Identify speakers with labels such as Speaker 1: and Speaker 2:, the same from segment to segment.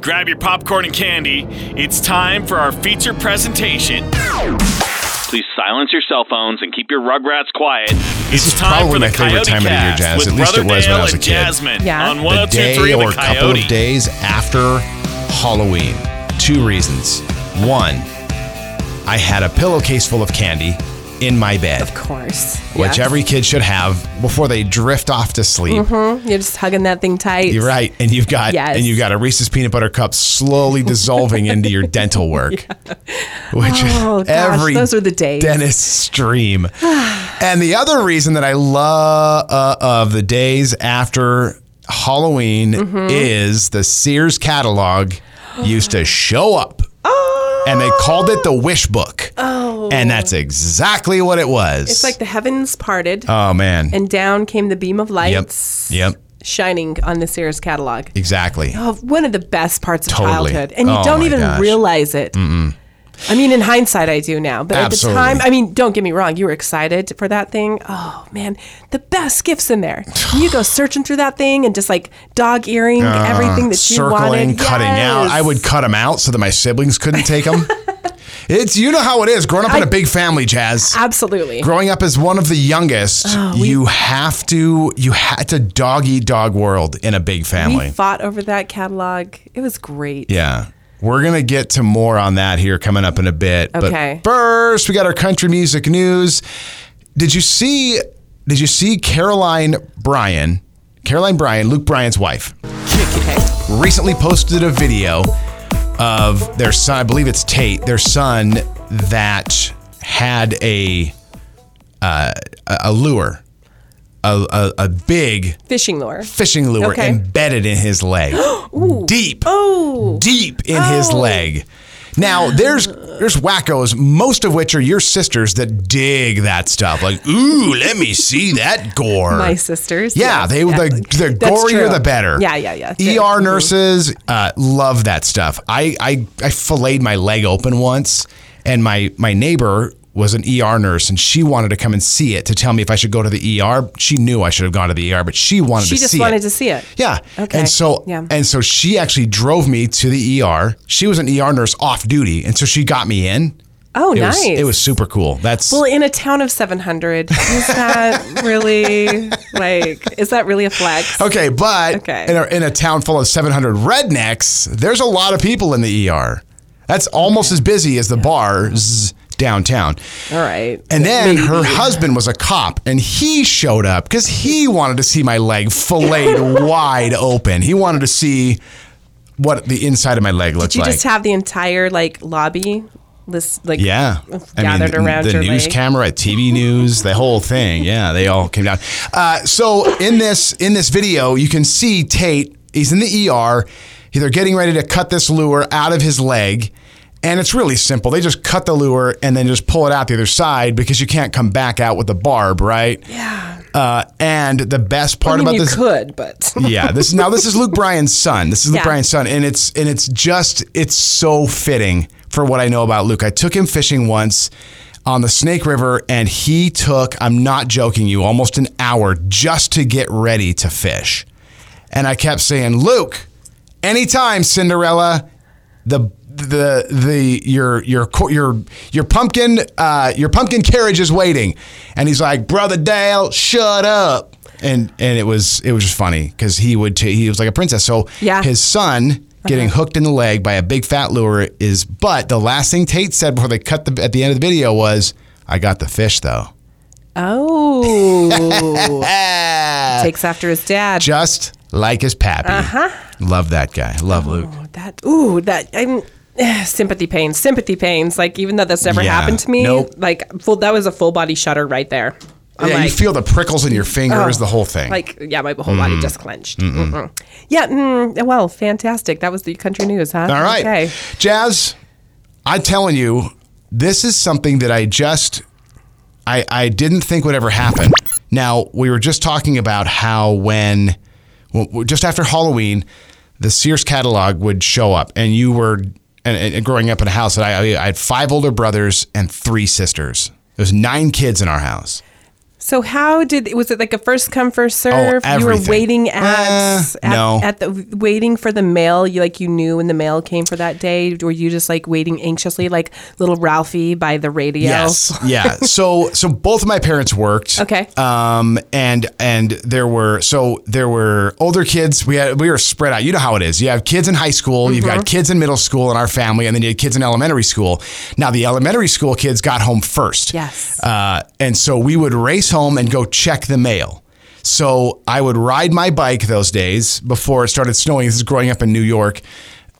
Speaker 1: grab your popcorn and candy. It's time for our feature presentation.
Speaker 2: Please silence your cell phones and keep your rugrats quiet.
Speaker 1: It's
Speaker 3: is
Speaker 1: time
Speaker 3: probably
Speaker 1: for
Speaker 3: my
Speaker 1: the
Speaker 3: favorite
Speaker 1: Coyote
Speaker 3: time of the year,
Speaker 1: Cast
Speaker 3: Jazz.
Speaker 1: with
Speaker 3: At least it was when I
Speaker 1: Rutherdale
Speaker 3: was a
Speaker 1: and
Speaker 3: kid.
Speaker 1: Jasmine
Speaker 4: Yeah.
Speaker 1: on
Speaker 4: The
Speaker 3: the
Speaker 1: 1023
Speaker 3: day
Speaker 1: The
Speaker 3: or a couple
Speaker 1: Coyote.
Speaker 3: of days after Halloween. Two reasons. One, I had a pillowcase full of candy in my bed,
Speaker 4: Of course.
Speaker 3: which
Speaker 4: Yeah.
Speaker 3: every kid should have before they drift off to sleep.
Speaker 4: Mhm. You're just hugging that thing tight.
Speaker 3: You're right, and you've got
Speaker 4: Yes.
Speaker 3: and you've got a Reese's peanut butter cup slowly dissolving into your dental work, which
Speaker 4: Oh, gosh,
Speaker 3: every
Speaker 4: those are the days.
Speaker 3: dentist stream. and the other reason that I love uh, of the days after Halloween
Speaker 4: Mm-hmm.
Speaker 3: is the Sears catalog used to show up,
Speaker 4: Oh,
Speaker 3: and they called it the Wish Book,
Speaker 4: Oh.
Speaker 3: and that's exactly what it was.
Speaker 4: it's like the heavens parted,
Speaker 3: oh man,
Speaker 4: and down came the beam of lights.
Speaker 3: Yep.
Speaker 4: Shining on the Sears catalog.
Speaker 3: exactly.
Speaker 4: Oh, one of the best parts of
Speaker 3: Totally.
Speaker 4: childhood, and you
Speaker 3: Oh,
Speaker 4: don't
Speaker 3: my
Speaker 4: even
Speaker 3: gosh.
Speaker 4: realize it. I mean, in hindsight, I do now, but
Speaker 3: Absolutely.
Speaker 4: at the time, I mean, don't get me wrong, you were excited for that thing. Oh man, the best gifts in there. you go searching through that thing and just like dog earring everything that you
Speaker 3: Uh, circling,
Speaker 4: wanted,
Speaker 3: cutting out.
Speaker 4: Yes.
Speaker 3: I would cut them out so that my siblings couldn't take them. it's you know how it is growing up in a big family, Jazz.
Speaker 4: absolutely.
Speaker 3: growing up as one of the youngest,
Speaker 4: Oh, we-
Speaker 3: you have to you had to dog eat dog world in a big
Speaker 4: We
Speaker 3: family.
Speaker 4: fought over that catalog. It was great.
Speaker 3: yeah. We're going to get to more on that here coming up in a bit.
Speaker 4: Okay.
Speaker 3: But first, we got our country music news. Did you see did you see Caroline Bryan? Caroline Bryan, Luke Bryan's wife. recently posted a video of their son, I believe it's Tate, their son that had a uh, a a lure, a, a, a big
Speaker 4: Fishing lure.
Speaker 3: fishing lure
Speaker 4: Okay.
Speaker 3: embedded in his leg, deep,
Speaker 4: Oh,
Speaker 3: deep in his
Speaker 4: Oh.
Speaker 3: leg. Now there's there's wackos, most of which are your sisters that dig that stuff. Like, ooh, let me see that gore.
Speaker 4: my sisters.
Speaker 3: Yeah,
Speaker 4: yes,
Speaker 3: they
Speaker 4: yeah.
Speaker 3: the the
Speaker 4: That's
Speaker 3: gorier
Speaker 4: true.
Speaker 3: the better.
Speaker 4: Yeah, yeah, yeah.
Speaker 3: ER
Speaker 4: True. Mhm.
Speaker 3: nurses uh, love that stuff. I, I I filleted my leg open once, and my my neighbor was an ER nurse, and she wanted to come and see it to tell me if I should go to the ER. She knew I should have gone to the ER, but she wanted
Speaker 4: She
Speaker 3: to
Speaker 4: just
Speaker 3: see
Speaker 4: wanted
Speaker 3: it.
Speaker 4: to see it.
Speaker 3: Yeah.
Speaker 4: Okay.
Speaker 3: And so
Speaker 4: Yeah.
Speaker 3: and so she actually drove me to the ER. She was an ER nurse off duty, and so she got me in.
Speaker 4: Oh,
Speaker 3: it
Speaker 4: nice.
Speaker 3: Was, it was super cool. That's
Speaker 4: Well, in a town of 700, is that really like is that really a flex?
Speaker 3: Okay, but
Speaker 4: Okay.
Speaker 3: In, a, in a town full of 700 rednecks, there's a lot of people in the ER. That's almost as busy as the bars downtown.
Speaker 4: All right.
Speaker 3: And then her husband was a cop, and he showed up because he wanted to see my leg filleted wide open. He wanted to see what the inside of my leg looked
Speaker 4: Did you
Speaker 3: like.
Speaker 4: just have the entire like lobby list like
Speaker 3: Yeah,
Speaker 4: gathered around
Speaker 3: the
Speaker 4: your
Speaker 3: news
Speaker 4: leg.
Speaker 3: camera, TV news, the whole thing. Yeah, they all came down. Uh, so in this in this video, you can see Tate. He's in the ER. They're getting ready to cut this lure out of his leg. And it's really simple. They just cut the lure and then just pull it out the other side because you can't come back out with the barb, right?
Speaker 4: Yeah.
Speaker 3: Uh, and the best part
Speaker 4: I mean,
Speaker 3: about
Speaker 4: you
Speaker 3: this
Speaker 4: could, but
Speaker 3: yeah, this now this is Luke Bryan's son. This is Luke
Speaker 4: Yeah.
Speaker 3: Bryan's son, and it's and it's just it's so fitting for what I know about Luke. I took him fishing once on the Snake River, and he took I'm not joking you almost an hour just to get ready to fish, and I kept saying Luke, anytime Cinderella, the the the your your co- your your pumpkin uh, your pumpkin carriage is waiting, and he's like, brother Dale, shut up, and and it was it was just funny because he would t- he was like a princess. So
Speaker 4: Yeah.
Speaker 3: his son getting
Speaker 4: Uh-huh.
Speaker 3: hooked in the leg by a big fat lure is. But the last thing Tate said before they cut the at the end of the video was, I got the fish though.
Speaker 4: oh,
Speaker 3: Ah,
Speaker 4: takes after his dad.
Speaker 3: just like his pappy. Uh-huh. Love that guy. Love Luke.
Speaker 4: Oh, that ooh, that I'm eh, sympathy pains, sympathy pains. Like even though that's never
Speaker 3: Yeah.
Speaker 4: happened to me,
Speaker 3: Nope.
Speaker 4: like full that was a full body shudder right there. I'm
Speaker 3: yeah, you
Speaker 4: like, Oh,
Speaker 3: feel the prickles in your fingers, the whole thing.
Speaker 4: Like, yeah, my whole body just clenched. Mm-mm. Yeah, mm, well, fantastic. That was the country news, huh?
Speaker 3: All right.
Speaker 4: Okay.
Speaker 3: Jazz, I'm telling you, this is something that I just I I didn't think would ever happen. Now, we were just talking about how when well, just after Halloween, the Sears catalog would show up and you were and, and- and growing up in a house that I I had five older brothers and three sisters. There was nine kids in our house.
Speaker 4: So how did was it like a first come first
Speaker 3: Oh,
Speaker 4: serve? you were
Speaker 3: everything.
Speaker 4: waiting at,
Speaker 3: Eh,
Speaker 4: at
Speaker 3: no.
Speaker 4: at the waiting for the mail. You like you knew when the mail came for that day. Were you just like waiting anxiously, like little Ralphie by the radio?
Speaker 3: Yes. yeah. So so both of my parents worked.
Speaker 4: Okay.
Speaker 3: Um and and there were so there were older kids. We had we were spread out. You know how it is. You have kids in high school, you've got
Speaker 4: Mm-hmm.
Speaker 3: kids in middle school in our family, and then you had kids in elementary school. Now the elementary school kids got home first.
Speaker 4: Yes.
Speaker 3: Uh, and so we would race home and go check the mail. So I would ride my bike those days before it started snowing. This is growing up in New York,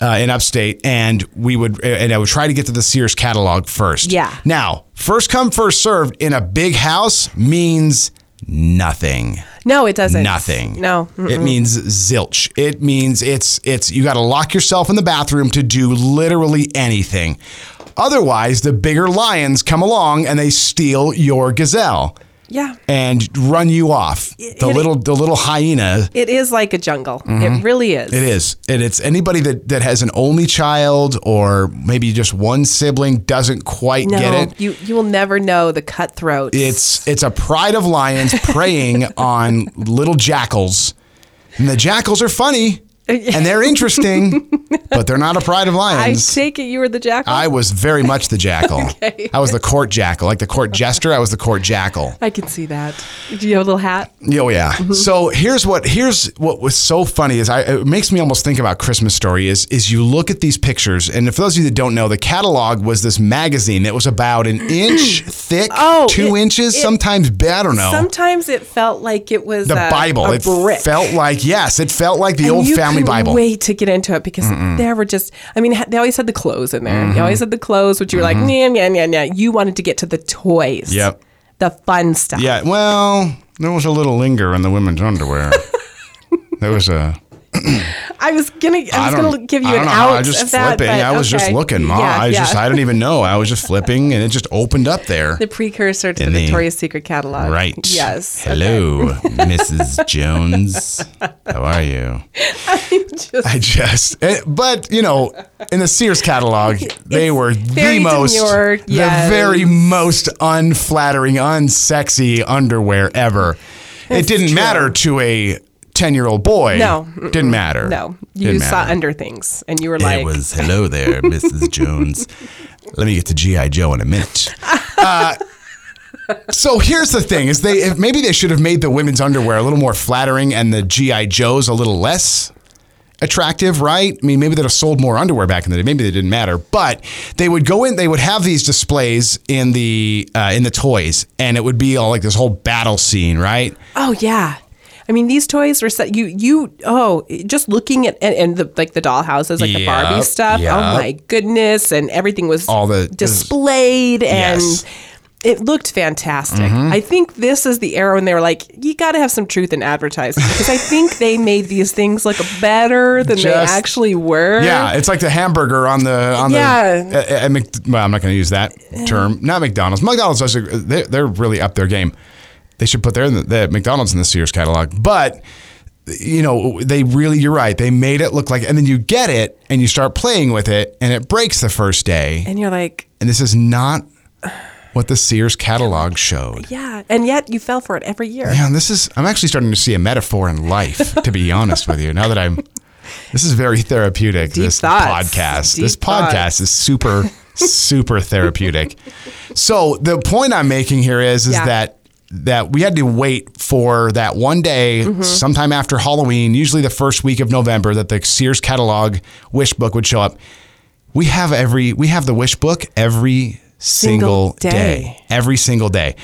Speaker 3: uh, in upstate, and we would and I would try to get to the Sears catalog first.
Speaker 4: Yeah.
Speaker 3: Now, first come first served in a big house means nothing.
Speaker 4: No, it doesn't.
Speaker 3: Nothing.
Speaker 4: No. Mm.
Speaker 3: It means zilch. It means it's it's you got to lock yourself in the bathroom to do literally anything. Otherwise, the bigger lions come along and they steal your gazelle
Speaker 4: Yeah.
Speaker 3: and run you off. The
Speaker 4: it-
Speaker 3: little the little hyena.
Speaker 4: It is like a jungle. It really is.
Speaker 3: Mm-hmm. It is. And it's anybody that, that has an only child or maybe just one sibling doesn't quite
Speaker 4: No,
Speaker 3: get it.
Speaker 4: you you will never know the cutthroat.
Speaker 3: It's it's a pride of lions preying on little jackals. And the jackals are funny and they're interesting, but they're not a pride of
Speaker 4: I
Speaker 3: lions.
Speaker 4: take it you were the jackal.
Speaker 3: I was very much the jackal. I was the court jackal, like the court jester. I was the court jackal.
Speaker 4: I can see that. Do you have a little hat?
Speaker 3: Oh yeah. So here's what here's what was so funny is I it makes me almost think about Christmas story is is you look at these pictures and for those of you that don't know the catalog was this magazine that was about an inch thick,
Speaker 4: Oh,
Speaker 3: two
Speaker 4: it-
Speaker 3: inches,
Speaker 4: it-
Speaker 3: sometimes I don't know.
Speaker 4: Sometimes it felt like it was
Speaker 3: the
Speaker 4: a-
Speaker 3: Bible.
Speaker 4: a
Speaker 3: it
Speaker 4: brick.
Speaker 3: felt like yes, it felt like the
Speaker 4: And
Speaker 3: old
Speaker 4: you
Speaker 3: family
Speaker 4: couldn't
Speaker 3: Bible.
Speaker 4: Wait to get into it because there were just. I mean, ha- they always had the clothes in there.
Speaker 3: Mm-hmm.
Speaker 4: They always had the clothes, which you were like, yeah, yeah, yeah, yeah. You wanted to get to the toys.
Speaker 3: Yep.
Speaker 4: The fun stuff.
Speaker 3: Yeah. Well, there was a little linger in the women's underwear. there was a.
Speaker 4: I was gonna. I was
Speaker 3: don't-
Speaker 4: gonna give you
Speaker 3: I
Speaker 4: an
Speaker 3: don't know how
Speaker 4: out
Speaker 3: I just
Speaker 4: of that.
Speaker 3: flipping.
Speaker 4: but
Speaker 3: I was just
Speaker 4: okay.
Speaker 3: looking, Ma.
Speaker 4: Yeah,
Speaker 3: I was
Speaker 4: yeah.
Speaker 3: just. I didn't even know. I was just flipping, and it just opened up there.
Speaker 4: the precursor to the
Speaker 3: In the-
Speaker 4: Victoria's Secret catalog.
Speaker 3: Right.
Speaker 4: Yes.
Speaker 3: Hello, Mrs. Jones. How are you?
Speaker 4: Just
Speaker 3: I just, eh, but you know, in the Sears catalog, they
Speaker 4: It's
Speaker 3: were
Speaker 4: very
Speaker 3: the most,
Speaker 4: demure,
Speaker 3: the
Speaker 4: yes.
Speaker 3: very most unflattering, unsexy underwear ever. it didn't
Speaker 4: true.
Speaker 3: matter to a ten-year-old boy.
Speaker 4: No,
Speaker 3: didn't matter.
Speaker 4: no.
Speaker 3: Didn't
Speaker 4: You saw
Speaker 3: matter.
Speaker 4: under things, and you were
Speaker 3: It
Speaker 4: like,
Speaker 3: was hello there, Mrs. Jones. Let me get to GI Joe in a minute. Uh, so here's the thing: is they if maybe they should have made the women's underwear a little more flattering and the GI Joes a little less attractive, right? I mean, maybe they'd have sold more underwear back in the day. Maybe they didn't matter, but they would go in. They would have these displays in the uh, in the toys, and it would be all like this whole battle scene, right?
Speaker 4: Oh yeah. I mean, these toys were set. You, you, oh, just looking at and, and the like the dollhouses, like the Barbie
Speaker 3: Yep,
Speaker 4: stuff.
Speaker 3: yep.
Speaker 4: Oh my goodness! And everything was
Speaker 3: All the-
Speaker 4: displayed, and
Speaker 3: Yes. Mm-hmm.
Speaker 4: it looked fantastic. I think this is the era when they were like, you got to have some truth in advertising because I think they made these things look better than they
Speaker 3: Just-
Speaker 4: actually were.
Speaker 3: Yeah, it's like the hamburger on the on
Speaker 4: Yeah.
Speaker 3: the. Uh, uh, Mc, well, I'm not going to use that term. Not McDonald's. McDonald's does. They're, they're really up their game. They should put their the McDonald's in the Sears catalog, but you know they really. You're right. They made it look like, and then you get it, and you start playing with it, and it breaks the first day,
Speaker 4: and you're like,
Speaker 3: and this is not what the Sears catalog showed.
Speaker 4: yeah, and yet you fell for it every year.
Speaker 3: Yeah, and this is. I'm actually starting to see a metaphor in life. to be honest with you, now that I'm. This is very therapeutic. this
Speaker 4: thoughts.
Speaker 3: podcast.
Speaker 4: Deep
Speaker 3: this podcast
Speaker 4: thoughts.
Speaker 3: is super, super therapeutic. So the point I'm making here is, is
Speaker 4: Yeah.
Speaker 3: that that we had to wait for that one day,
Speaker 4: Mm-hmm.
Speaker 3: sometime after Halloween, usually the first week of November, that the Sears catalog wish book would show up. We have every we have the wish book every single, day.
Speaker 4: Single day.
Speaker 3: Every single day.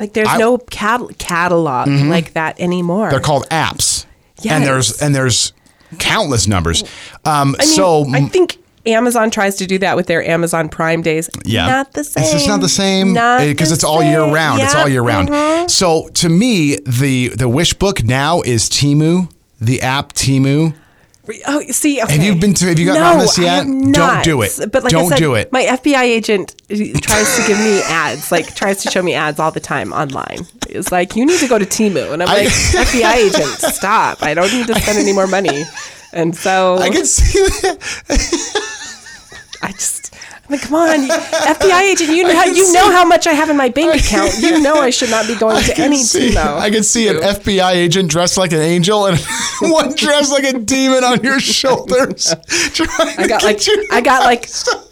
Speaker 4: Like there's
Speaker 3: I- Mm-hmm.
Speaker 4: no cat- catalog like that anymore.
Speaker 3: They're called apps. And
Speaker 4: Yes.
Speaker 3: there's and there's countless numbers. Um,
Speaker 4: I mean,
Speaker 3: so
Speaker 4: I think Amazon tries to do that with their Amazon Prime days.
Speaker 3: yeah,
Speaker 4: not the same.
Speaker 3: It's just not the same
Speaker 4: Not
Speaker 3: because
Speaker 4: the
Speaker 3: it's all year
Speaker 4: same.
Speaker 3: round. It's all
Speaker 4: Yeah.
Speaker 3: year round.
Speaker 4: Mhm.
Speaker 3: So to me, the the wish book now is Timu, the app Timu.
Speaker 4: Oh, see, okay.
Speaker 3: you been to- have you gotten
Speaker 4: no,
Speaker 3: on this
Speaker 4: I
Speaker 3: yet?
Speaker 4: have
Speaker 3: Don't
Speaker 4: not.
Speaker 3: do it.
Speaker 4: But like
Speaker 3: Don't
Speaker 4: I said,
Speaker 3: do it.
Speaker 4: My FBI agent tries to give me ads, like tries to show me ads all the time online. It's like you need to go to Timu, and I'm
Speaker 3: I-
Speaker 4: like FBI agent, stop! I don't need to spend any more money. And so
Speaker 3: I can see that.
Speaker 4: I just. mean, come on, you- FBI agent, you know,
Speaker 3: can
Speaker 4: you
Speaker 3: see-
Speaker 4: know how much I have in my bank account. You know I should not be going to
Speaker 3: could
Speaker 4: any
Speaker 3: see,
Speaker 4: demo.
Speaker 3: I could see an FBI agent dressed like an angel and one dressed like a demon on your shoulders. trying
Speaker 4: I
Speaker 3: to
Speaker 4: got
Speaker 3: get
Speaker 4: like
Speaker 3: you-
Speaker 4: I got like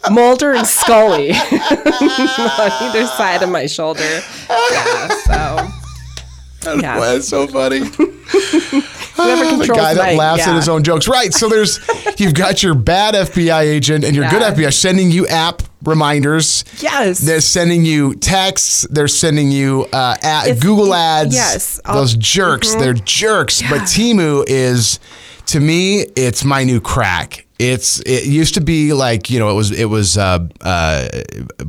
Speaker 4: Mulder and Scully on either side of my shoulder. Yeah, so yeah.
Speaker 3: Wow, that's so funny.
Speaker 4: whoever
Speaker 3: the
Speaker 4: controls
Speaker 3: guy that
Speaker 4: my-
Speaker 3: laughs
Speaker 4: yeah.
Speaker 3: at his own jokes. Right. So there's you've got your bad FBI agent and your good
Speaker 4: Yeah.
Speaker 3: FBI sending you app reminders.
Speaker 4: Yes.
Speaker 3: They're sending you texts. They're sending you uh, at
Speaker 4: It's-
Speaker 3: Google ads.
Speaker 4: yes, all- Mm-hmm.
Speaker 3: Those jerks. They're jerks. But Timu is, to me, it's my new crack. It's it used to be like you know it was it was uh, uh,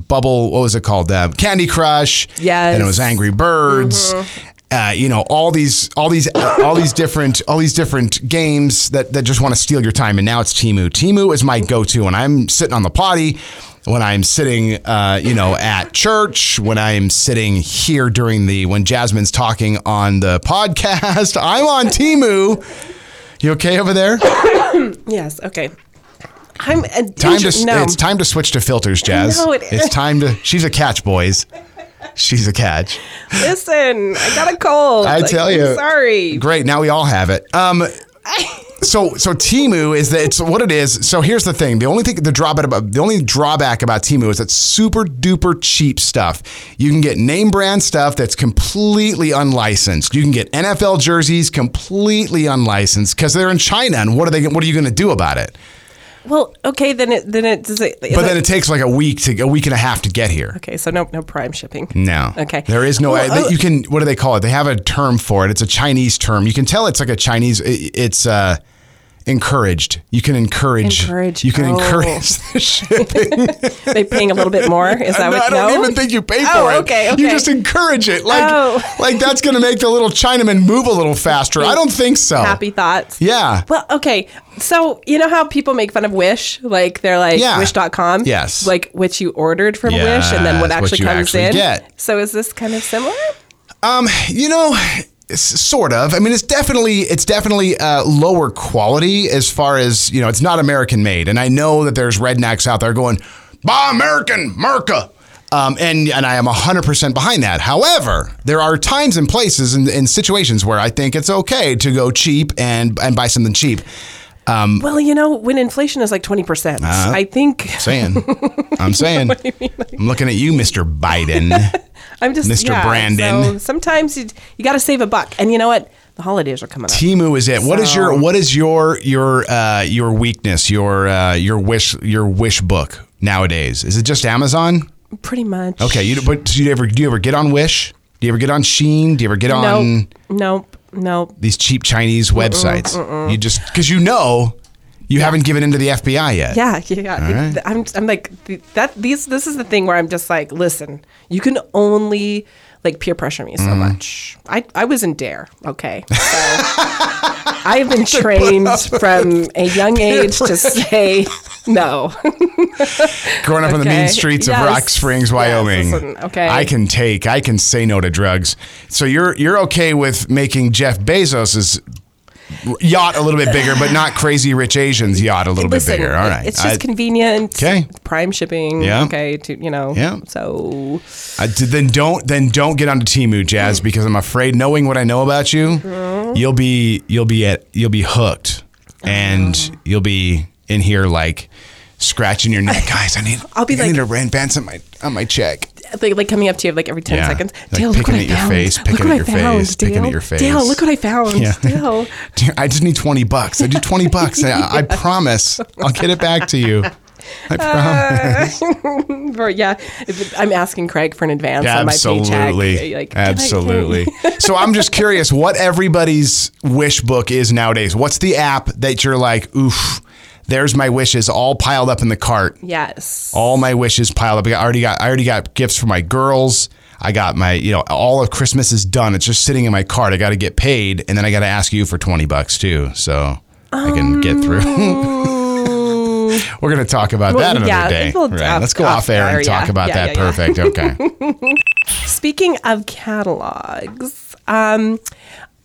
Speaker 3: bubble what was it called uh, Candy Crush
Speaker 4: Yes.
Speaker 3: and it was Angry Birds.
Speaker 4: Mm-hmm.
Speaker 3: Uh, you know all these, all these, uh, all these different, all these different games that that just want to steal your time. And now it's Timu. Timu is my go-to when I'm sitting on the potty, when I'm sitting, uh, you know, at church, when I'm sitting here during the when Jasmine's talking on the podcast. I'm on Timu. You okay over there?
Speaker 4: Yes. Okay. I'm a
Speaker 3: Time to s-
Speaker 4: no.
Speaker 3: it's time to switch to filters, Jazz.
Speaker 4: know it
Speaker 3: It's
Speaker 4: is.
Speaker 3: time to. She's a catch, boys. She's a catch.
Speaker 4: Listen, I got a cold.
Speaker 3: I
Speaker 4: Like,
Speaker 3: tell
Speaker 4: I'm
Speaker 3: you.
Speaker 4: sorry.
Speaker 3: Great. Now we all have it. Um, so so Timu is that it's what it is. So here's the thing: the only thing the drawback about the only drawback about Timu is it's super duper cheap stuff. You can get name brand stuff that's completely unlicensed. You can get NFL jerseys completely unlicensed because they're in China. And what are they? What are you going to do about it?
Speaker 4: Well, okay, then it then it does it. is
Speaker 3: But then
Speaker 4: it-
Speaker 3: it takes like a week to a week and a half to get here.
Speaker 4: okay, so no no prime shipping.
Speaker 3: No.
Speaker 4: Okay.
Speaker 3: There is no.
Speaker 4: Well,
Speaker 3: that
Speaker 4: oh,
Speaker 3: you can. What do they call it? They have a term for it. It's a Chinese term. You can tell it's like a Chinese. i- It's uh, encouraged. You can encourage.
Speaker 4: Encourage.
Speaker 3: You can
Speaker 4: Oh.
Speaker 3: encourage the shipping.
Speaker 4: they paying a little bit more. Is
Speaker 3: No,
Speaker 4: that what?
Speaker 3: I don't
Speaker 4: no?
Speaker 3: even think you pay for
Speaker 4: Oh,
Speaker 3: it.
Speaker 4: okay,
Speaker 3: You
Speaker 4: okay.
Speaker 3: just encourage it. Like,
Speaker 4: Oh.
Speaker 3: like that's going to make the little Chinaman move a little faster. I don't think so.
Speaker 4: happy thoughts.
Speaker 3: Oh. Yeah.
Speaker 4: Well, okay. So, you know how people make fun of Wish? Like, they're like,
Speaker 3: Yeah.
Speaker 4: wish.com?
Speaker 3: Yes.
Speaker 4: Like, which you ordered from
Speaker 3: Yes,
Speaker 4: Wish and then what
Speaker 3: what
Speaker 4: actually
Speaker 3: you
Speaker 4: comes
Speaker 3: actually
Speaker 4: in.
Speaker 3: get.
Speaker 4: So, is this kind of similar?
Speaker 3: you know s- sort of i mean it's definitely it's definitely uh, lower quality as far as you know it's not american made and i know that there's rednecks out there going buy american merca um, and and i am 100% behind that however there are times and places and, and situations where i think it's okay to go cheap and and buy something cheap
Speaker 4: Well, you know, when inflation is like 20%,
Speaker 3: Uh-huh.
Speaker 4: I think
Speaker 3: saying i'm saying i'm looking at you mr biden
Speaker 4: I'm just
Speaker 3: Mr.
Speaker 4: yeah,
Speaker 3: Brandon.
Speaker 4: So sometimes you, you got to save a buck. And you know what? The holidays are coming up.
Speaker 3: Timu is it. What is your
Speaker 4: So-
Speaker 3: what is your your uh, your weakness? Your uh, your wish your wish book nowadays? Is it just Amazon?
Speaker 4: Pretty much.
Speaker 3: Okay, you but do you ever do you ever get on Wish? Do you ever get on Sheen? Do you ever get on
Speaker 4: Nope. Nope. Nope.
Speaker 3: these cheap Chinese websites? You just because you know you haven't given into the FBI yet.
Speaker 4: Yeah, yeah, yeah. It-
Speaker 3: right.
Speaker 4: th- I'm, I'm like th- that. These, this is the thing where I'm just like, listen, you can only like peer pressure me so
Speaker 3: Mm-hmm.
Speaker 4: much. I, I was in Dare, E, okay. So I have been trained from a young age to say no.
Speaker 3: Growing up on the mean
Speaker 4: Okay.
Speaker 3: streets of
Speaker 4: Yes.
Speaker 3: Rock Springs,
Speaker 4: Yes,
Speaker 3: Wyoming.
Speaker 4: listen, okay.
Speaker 3: I can take. I can say no to drugs. So you're you're okay with making Jeff Bezos's yacht a little bit bigger, but not Crazy Rich Asians' yacht a little
Speaker 4: listen,
Speaker 3: bit bigger. All
Speaker 4: it-
Speaker 3: right.
Speaker 4: it's just
Speaker 3: I-
Speaker 4: convenient.
Speaker 3: Okay.
Speaker 4: prime shipping.
Speaker 3: Yeah.
Speaker 4: okay, to you know.
Speaker 3: Yeah.
Speaker 4: So
Speaker 3: I did- then don't then don't get onto Timu Jazz
Speaker 4: Mm.
Speaker 3: because I'm afraid knowing what I know about you, you'll be you'll be at you'll be hooked, and you'll be in here like scratching your neck, guys. I need
Speaker 4: I'll be
Speaker 3: I need
Speaker 4: like-
Speaker 3: to advance on my on my check.
Speaker 4: like, like coming up to you like every ten
Speaker 3: Yeah.
Speaker 4: seconds.
Speaker 3: Like
Speaker 4: Dale, look
Speaker 3: picking
Speaker 4: what
Speaker 3: at
Speaker 4: I
Speaker 3: your
Speaker 4: found.
Speaker 3: face,
Speaker 4: look
Speaker 3: picking at
Speaker 4: what I
Speaker 3: your
Speaker 4: found,
Speaker 3: face,
Speaker 4: Dale.
Speaker 3: picking at your face.
Speaker 4: Dale, look what I found.
Speaker 3: Yeah.
Speaker 4: Dale.
Speaker 3: Dear, I just need 20 bucks. I do 20 bucks. I, I promise. I'll get it back to you. I promise.
Speaker 4: For, yeah, if- I'm asking Craig for an advance on my paycheck.
Speaker 3: Absolutely.
Speaker 4: Like, can I- can-
Speaker 3: Absolutely. so I'm just curious what everybody's wish book is nowadays. What's the app that you're like, oof, there's my wishes all piled up in the cart.
Speaker 4: yes.
Speaker 3: All my wishes piled up. I already got I already got gifts for my girls. I got my, you know, all of Christmas is done. It's just sitting in my cart. I got to get paid and then I got to ask you for 20 bucks too. So I can get through.
Speaker 4: Mm,
Speaker 3: We're going to talk about
Speaker 4: Well,
Speaker 3: that another
Speaker 4: yeah,
Speaker 3: day.
Speaker 4: we'll-
Speaker 3: Right.
Speaker 4: off-
Speaker 3: Let's go
Speaker 4: off
Speaker 3: off air and
Speaker 4: air,
Speaker 3: talk
Speaker 4: yeah.
Speaker 3: about
Speaker 4: Yeah,
Speaker 3: that.
Speaker 4: yeah, yeah.
Speaker 3: Perfect. Okay.
Speaker 4: Speaking of catalogs, um,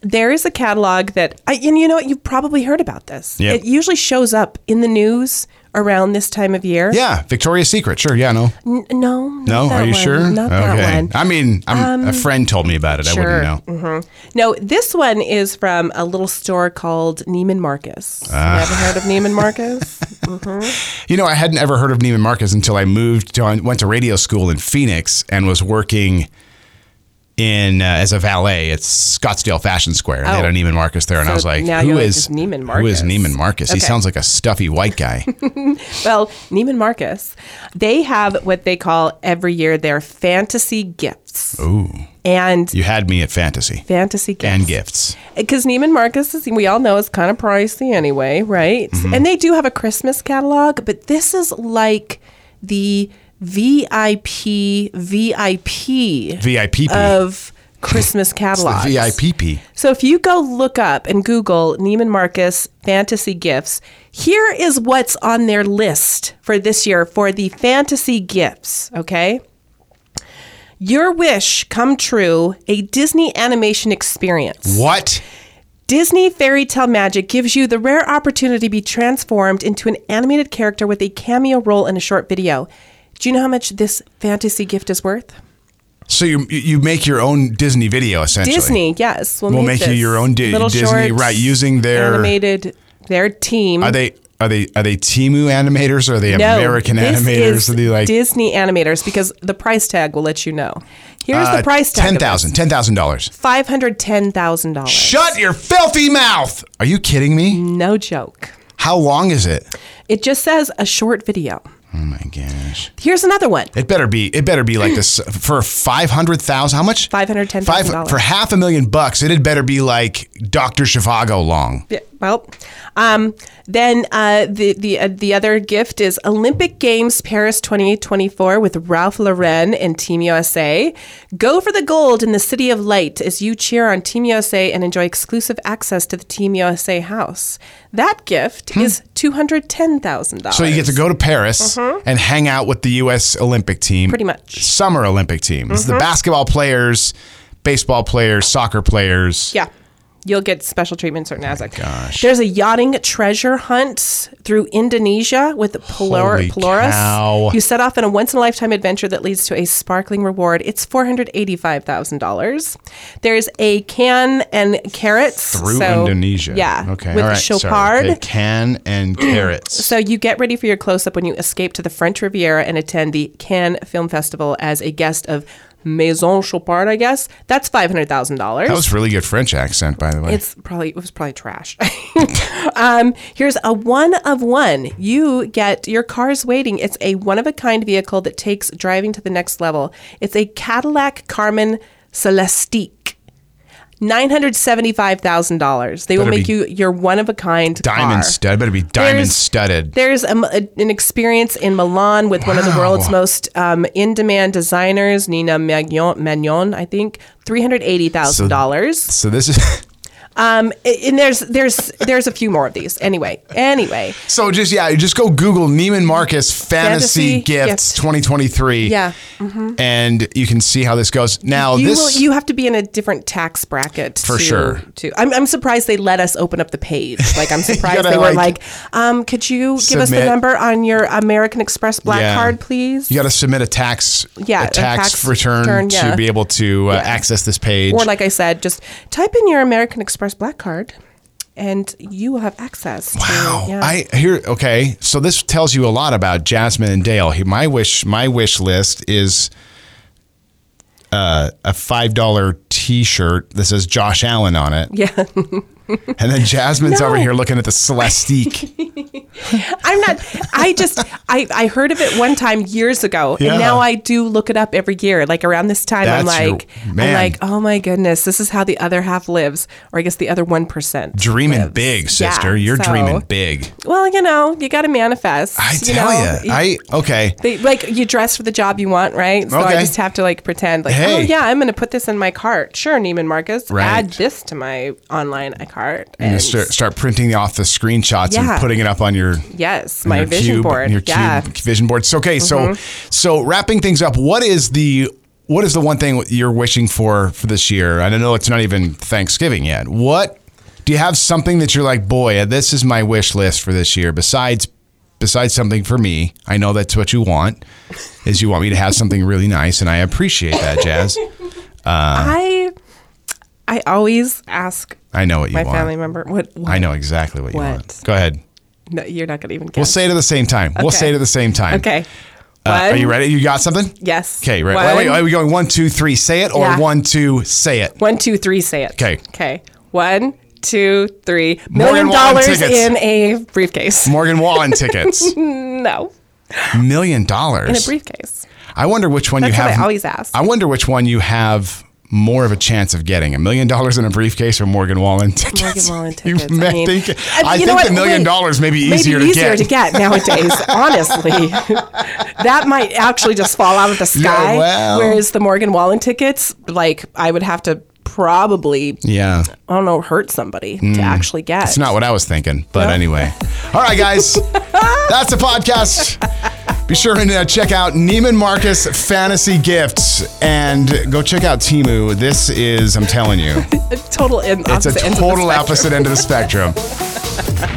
Speaker 4: there is a catalog that, I, and you know what, you've probably heard about this.
Speaker 3: Yep.
Speaker 4: It usually shows up in the news around this time of year.
Speaker 3: Yeah, Victoria's Secret. Sure. Yeah, no.
Speaker 4: N- no. not
Speaker 3: No,
Speaker 4: that
Speaker 3: are you
Speaker 4: one.
Speaker 3: sure?
Speaker 4: Not that
Speaker 3: okay.
Speaker 4: one. Um,
Speaker 3: I mean, I'm, a friend told me about it.
Speaker 4: Sure. Mm-hmm.
Speaker 3: I wouldn't know.
Speaker 4: No, this one is from a little store called Neiman Marcus. You
Speaker 3: Ah.
Speaker 4: Ever heard of Neiman Marcus?
Speaker 3: You know, I hadn't ever heard of Neiman Marcus until I moved to, I went to radio school in Phoenix and was working in uh, as a valet at Scottsdale Fashion Square. They had
Speaker 4: Oh.
Speaker 3: a Neiman Marcus there, and I
Speaker 4: So
Speaker 3: was like,
Speaker 4: now
Speaker 3: who
Speaker 4: you're like,
Speaker 3: is
Speaker 4: "This Neiman
Speaker 3: Who is
Speaker 4: Marcus."
Speaker 3: Neiman Marcus? He
Speaker 4: Okay.
Speaker 3: sounds like a stuffy white guy.
Speaker 4: well, Neiman Marcus, they have what they call every year their fantasy gifts.
Speaker 3: Ooh,
Speaker 4: And
Speaker 3: you had me at fantasy
Speaker 4: fantasy gifts.
Speaker 3: and gifts.
Speaker 4: because Neiman Marcus is we all know is kind of pricey anyway, right?
Speaker 3: Mm-hmm.
Speaker 4: And they do have a Christmas catalog, but this is like the VIP VIP
Speaker 3: VIPP.
Speaker 4: of Christmas
Speaker 3: the
Speaker 4: catalogs.
Speaker 3: VIPP.
Speaker 4: So if you go look up and Google Neiman Marcus fantasy gifts, here is what's on their list for this year for the fantasy gifts, okay? Your wish come true, a Disney animation experience.
Speaker 3: What?
Speaker 4: Disney Fairy Tale Magic gives you the rare opportunity to be transformed into an animated character with a cameo role in a short video. Do you know how much this fantasy gift is worth?
Speaker 3: So you you make your own Disney video essentially.
Speaker 4: Disney, yes, will
Speaker 3: We'll make you
Speaker 4: this.
Speaker 3: your own Di-
Speaker 4: Little
Speaker 3: Disney,
Speaker 4: shorts,
Speaker 3: right, using their-
Speaker 4: animated their team.
Speaker 3: Are they are they are they Timu animators or are they American
Speaker 4: this
Speaker 3: animators?
Speaker 4: is
Speaker 3: Are they like
Speaker 4: Disney animators because the price tag will let you know. Here's
Speaker 3: uh,
Speaker 4: the price tag:
Speaker 3: Ten thousand. Ten thousand dollars.
Speaker 4: five hundred ten thousand dollars.
Speaker 3: Shut your filthy mouth! Are you kidding me?
Speaker 4: No joke.
Speaker 3: How long is it?
Speaker 4: It just says a short video.
Speaker 3: Oh my gosh!
Speaker 4: Here's another one.
Speaker 3: It better be. It better be like this for five hundred thousand. How much?
Speaker 4: $510,000.
Speaker 3: Five- for half a million bucks. It had better be like Doctor Shivago long.
Speaker 4: Yeah, well, um, then uh, the the uh, the other gift is Olympic Games Paris 2024 with Ralph Lauren and Team USA. Go for the gold in the City of Light as you cheer on Team USA and enjoy exclusive access to the Team USA house. That gift is two hundred ten thousand dollars.
Speaker 3: Hmm. So you get to go to Paris and hang out with the U.S. Olympic team.
Speaker 4: Uh-huh. Pretty much. Uh-huh.
Speaker 3: Summer Olympic team. It's the basketball players, baseball players, soccer players.
Speaker 4: Yeah. You'll get special treatment certain aspects. Gosh. There's a yachting treasure hunt through Indonesia with
Speaker 3: Holy
Speaker 4: Pelor- Pelorus.
Speaker 3: cow.
Speaker 4: You set off on a once in a lifetime adventure that leads to a sparkling reward. It's $485,000. There's a can and carrots.
Speaker 3: Through
Speaker 4: so-
Speaker 3: Indonesia.
Speaker 4: Yeah.
Speaker 3: Okay.
Speaker 4: With
Speaker 3: All
Speaker 4: a
Speaker 3: right.
Speaker 4: Chopard.
Speaker 3: Sorry. Okay. Can and carrots.
Speaker 4: So you get ready for your close up when you escape to the French Riviera and attend the Cannes Film Festival as a guest of Maison Chopard, I guess. That's $500,000.
Speaker 3: that was really good French accent, by the way.
Speaker 4: It's probably it was probably trash. um, here's a one of one. You get your car's waiting. It's a one of a kind vehicle that takes driving to the next level. It's a Cadillac Carmen Celestique. Nine hundred seventy-five thousand dollars. They will
Speaker 3: Better
Speaker 4: make
Speaker 3: be
Speaker 4: you your one of a kind
Speaker 3: diamond
Speaker 4: car.
Speaker 3: studded. Better be diamond
Speaker 4: There's-
Speaker 3: studded.
Speaker 4: There's a m- a- an experience in Milan with one of the
Speaker 3: Wow.
Speaker 4: world's most um, in-demand designers, Nina Magnon, Magnon I think, three hundred eighty thousand dollars.
Speaker 3: so this is.
Speaker 4: Um, and there's there's there's a few more of these. Anyway, anyway,
Speaker 3: So just yeah, you just go Google Neiman Marcus fantasy,
Speaker 4: Fantasy
Speaker 3: gifts
Speaker 4: gift.
Speaker 3: 2023.
Speaker 4: Yeah.
Speaker 3: and you can see how this goes. Now
Speaker 4: you
Speaker 3: this
Speaker 4: will you have to be in a different tax bracket
Speaker 3: For
Speaker 4: to-
Speaker 3: sure.
Speaker 4: To I'm, I'm surprised they let us open up the page. Like I'm surprised
Speaker 3: gotta,
Speaker 4: they were
Speaker 3: like,
Speaker 4: like, um, could you give us the
Speaker 3: submit-
Speaker 4: number on your American Express Black
Speaker 3: Yeah.
Speaker 4: Card, please?
Speaker 3: you got to submit a tax
Speaker 4: Yeah,
Speaker 3: a
Speaker 4: a
Speaker 3: tax,
Speaker 4: tax
Speaker 3: return,
Speaker 4: return, yeah.
Speaker 3: to be able to uh, access this page.
Speaker 4: or like I said, just type in your American Express Black Card, and you will have access. to-
Speaker 3: Wow.
Speaker 4: yeah.
Speaker 3: I here okay. So this tells you a lot about Jasmine and Dale. He- My wish my wish list is uh, a five dollar t shirt that says Josh Allen on it.
Speaker 4: yeah.
Speaker 3: And then Jasmine's over
Speaker 4: No.
Speaker 3: here looking at the Celestique.
Speaker 4: I'm not. I just I I heard of it one time years ago,
Speaker 3: Yeah.
Speaker 4: and now I do look it up every year. Like around this time,
Speaker 3: That's
Speaker 4: I'm
Speaker 3: your-
Speaker 4: like,
Speaker 3: man.
Speaker 4: I'm like, oh my goodness, this is how the other half lives, or I guess the other one percent.
Speaker 3: dreaming big, sister. You're
Speaker 4: so-
Speaker 3: dreaming big.
Speaker 4: Well, you know, you got to manifest.
Speaker 3: I
Speaker 4: you
Speaker 3: tell
Speaker 4: know?
Speaker 3: ya. I okay.
Speaker 4: They, like you dress for the job you want, right? So
Speaker 3: Okay.
Speaker 4: I just have to like pretend, like,
Speaker 3: Hey.
Speaker 4: oh yeah, I'm going to put this in my cart. Sure, Neiman Marcus,
Speaker 3: Right.
Speaker 4: add this to my online cart.
Speaker 3: And you start, start printing off the screenshots
Speaker 4: Yeah.
Speaker 3: and putting it up on your
Speaker 4: yes, my
Speaker 3: your
Speaker 4: vision
Speaker 3: cube,
Speaker 4: board.
Speaker 3: Your
Speaker 4: yeah, Mm-hmm.
Speaker 3: cube vision board. So okay, so so wrapping things up, what is the what is the one thing you're wishing for for this year? I don't know it's not even Thanksgiving yet. What do you have something that you're like, boy, this is my wish list for this year besides besides something for me. I know that's what you want, is you want me to have something really nice, and I appreciate that, Jazz. uh.
Speaker 4: I I always ask
Speaker 3: I know what you
Speaker 4: my
Speaker 3: want.
Speaker 4: family member what, what
Speaker 3: I know exactly what you
Speaker 4: What?
Speaker 3: want. Go ahead.
Speaker 4: No, you're not gonna even guess.
Speaker 3: We'll say it at the same time. We'll
Speaker 4: Okay.
Speaker 3: say it at the same time.
Speaker 4: Okay.
Speaker 3: Uh, are
Speaker 4: One-
Speaker 3: you ready? You got something?
Speaker 4: Yes.
Speaker 3: Okay, right.
Speaker 4: One-
Speaker 3: Wait, wait, are we going one, two, three, say it, or
Speaker 4: Yeah.
Speaker 3: one, two, say it?
Speaker 4: One, two, three, say it.
Speaker 3: 'Kay.
Speaker 4: Okay. One, two, three.
Speaker 3: Morgan
Speaker 4: Million
Speaker 3: Wallen
Speaker 4: dollars
Speaker 3: tickets.
Speaker 4: in a briefcase.
Speaker 3: Morgan Wallen tickets.
Speaker 4: No.
Speaker 3: Million
Speaker 4: In a
Speaker 3: dollars.
Speaker 4: briefcase.
Speaker 3: I wonder which one
Speaker 4: That's
Speaker 3: you
Speaker 4: what
Speaker 3: have.
Speaker 4: I always ask.
Speaker 3: I wonder which one you have more of a chance of getting a million dollars in a briefcase or Morgan Wallen tickets.
Speaker 4: Morgan Wallen
Speaker 3: You
Speaker 4: tickets.
Speaker 3: may
Speaker 4: I mean-
Speaker 3: think,
Speaker 4: I mean,
Speaker 3: I
Speaker 4: you know
Speaker 3: think the
Speaker 4: what?
Speaker 3: million
Speaker 4: Wait.
Speaker 3: dollars may be
Speaker 4: Maybe
Speaker 3: easier,
Speaker 4: easier
Speaker 3: to
Speaker 4: to
Speaker 3: get.
Speaker 4: get nowadays, honestly. that might actually just fall out of the sky.
Speaker 3: well.
Speaker 4: Whereas the Morgan Wallen tickets, like, I would have to probably,
Speaker 3: Yeah.
Speaker 4: I don't know, hurt somebody to actually get.
Speaker 3: Hmm. It's not what I was thinking, but anyway. All right, guys, that's the podcast. Be sure and uh, check out Neiman Marcus Fantasy Gifts and go check out Timu. This is, I'm telling you,
Speaker 4: a total in,
Speaker 3: it's a
Speaker 4: opposite ends of the
Speaker 3: total
Speaker 4: spectrum.
Speaker 3: opposite end of the spectrum.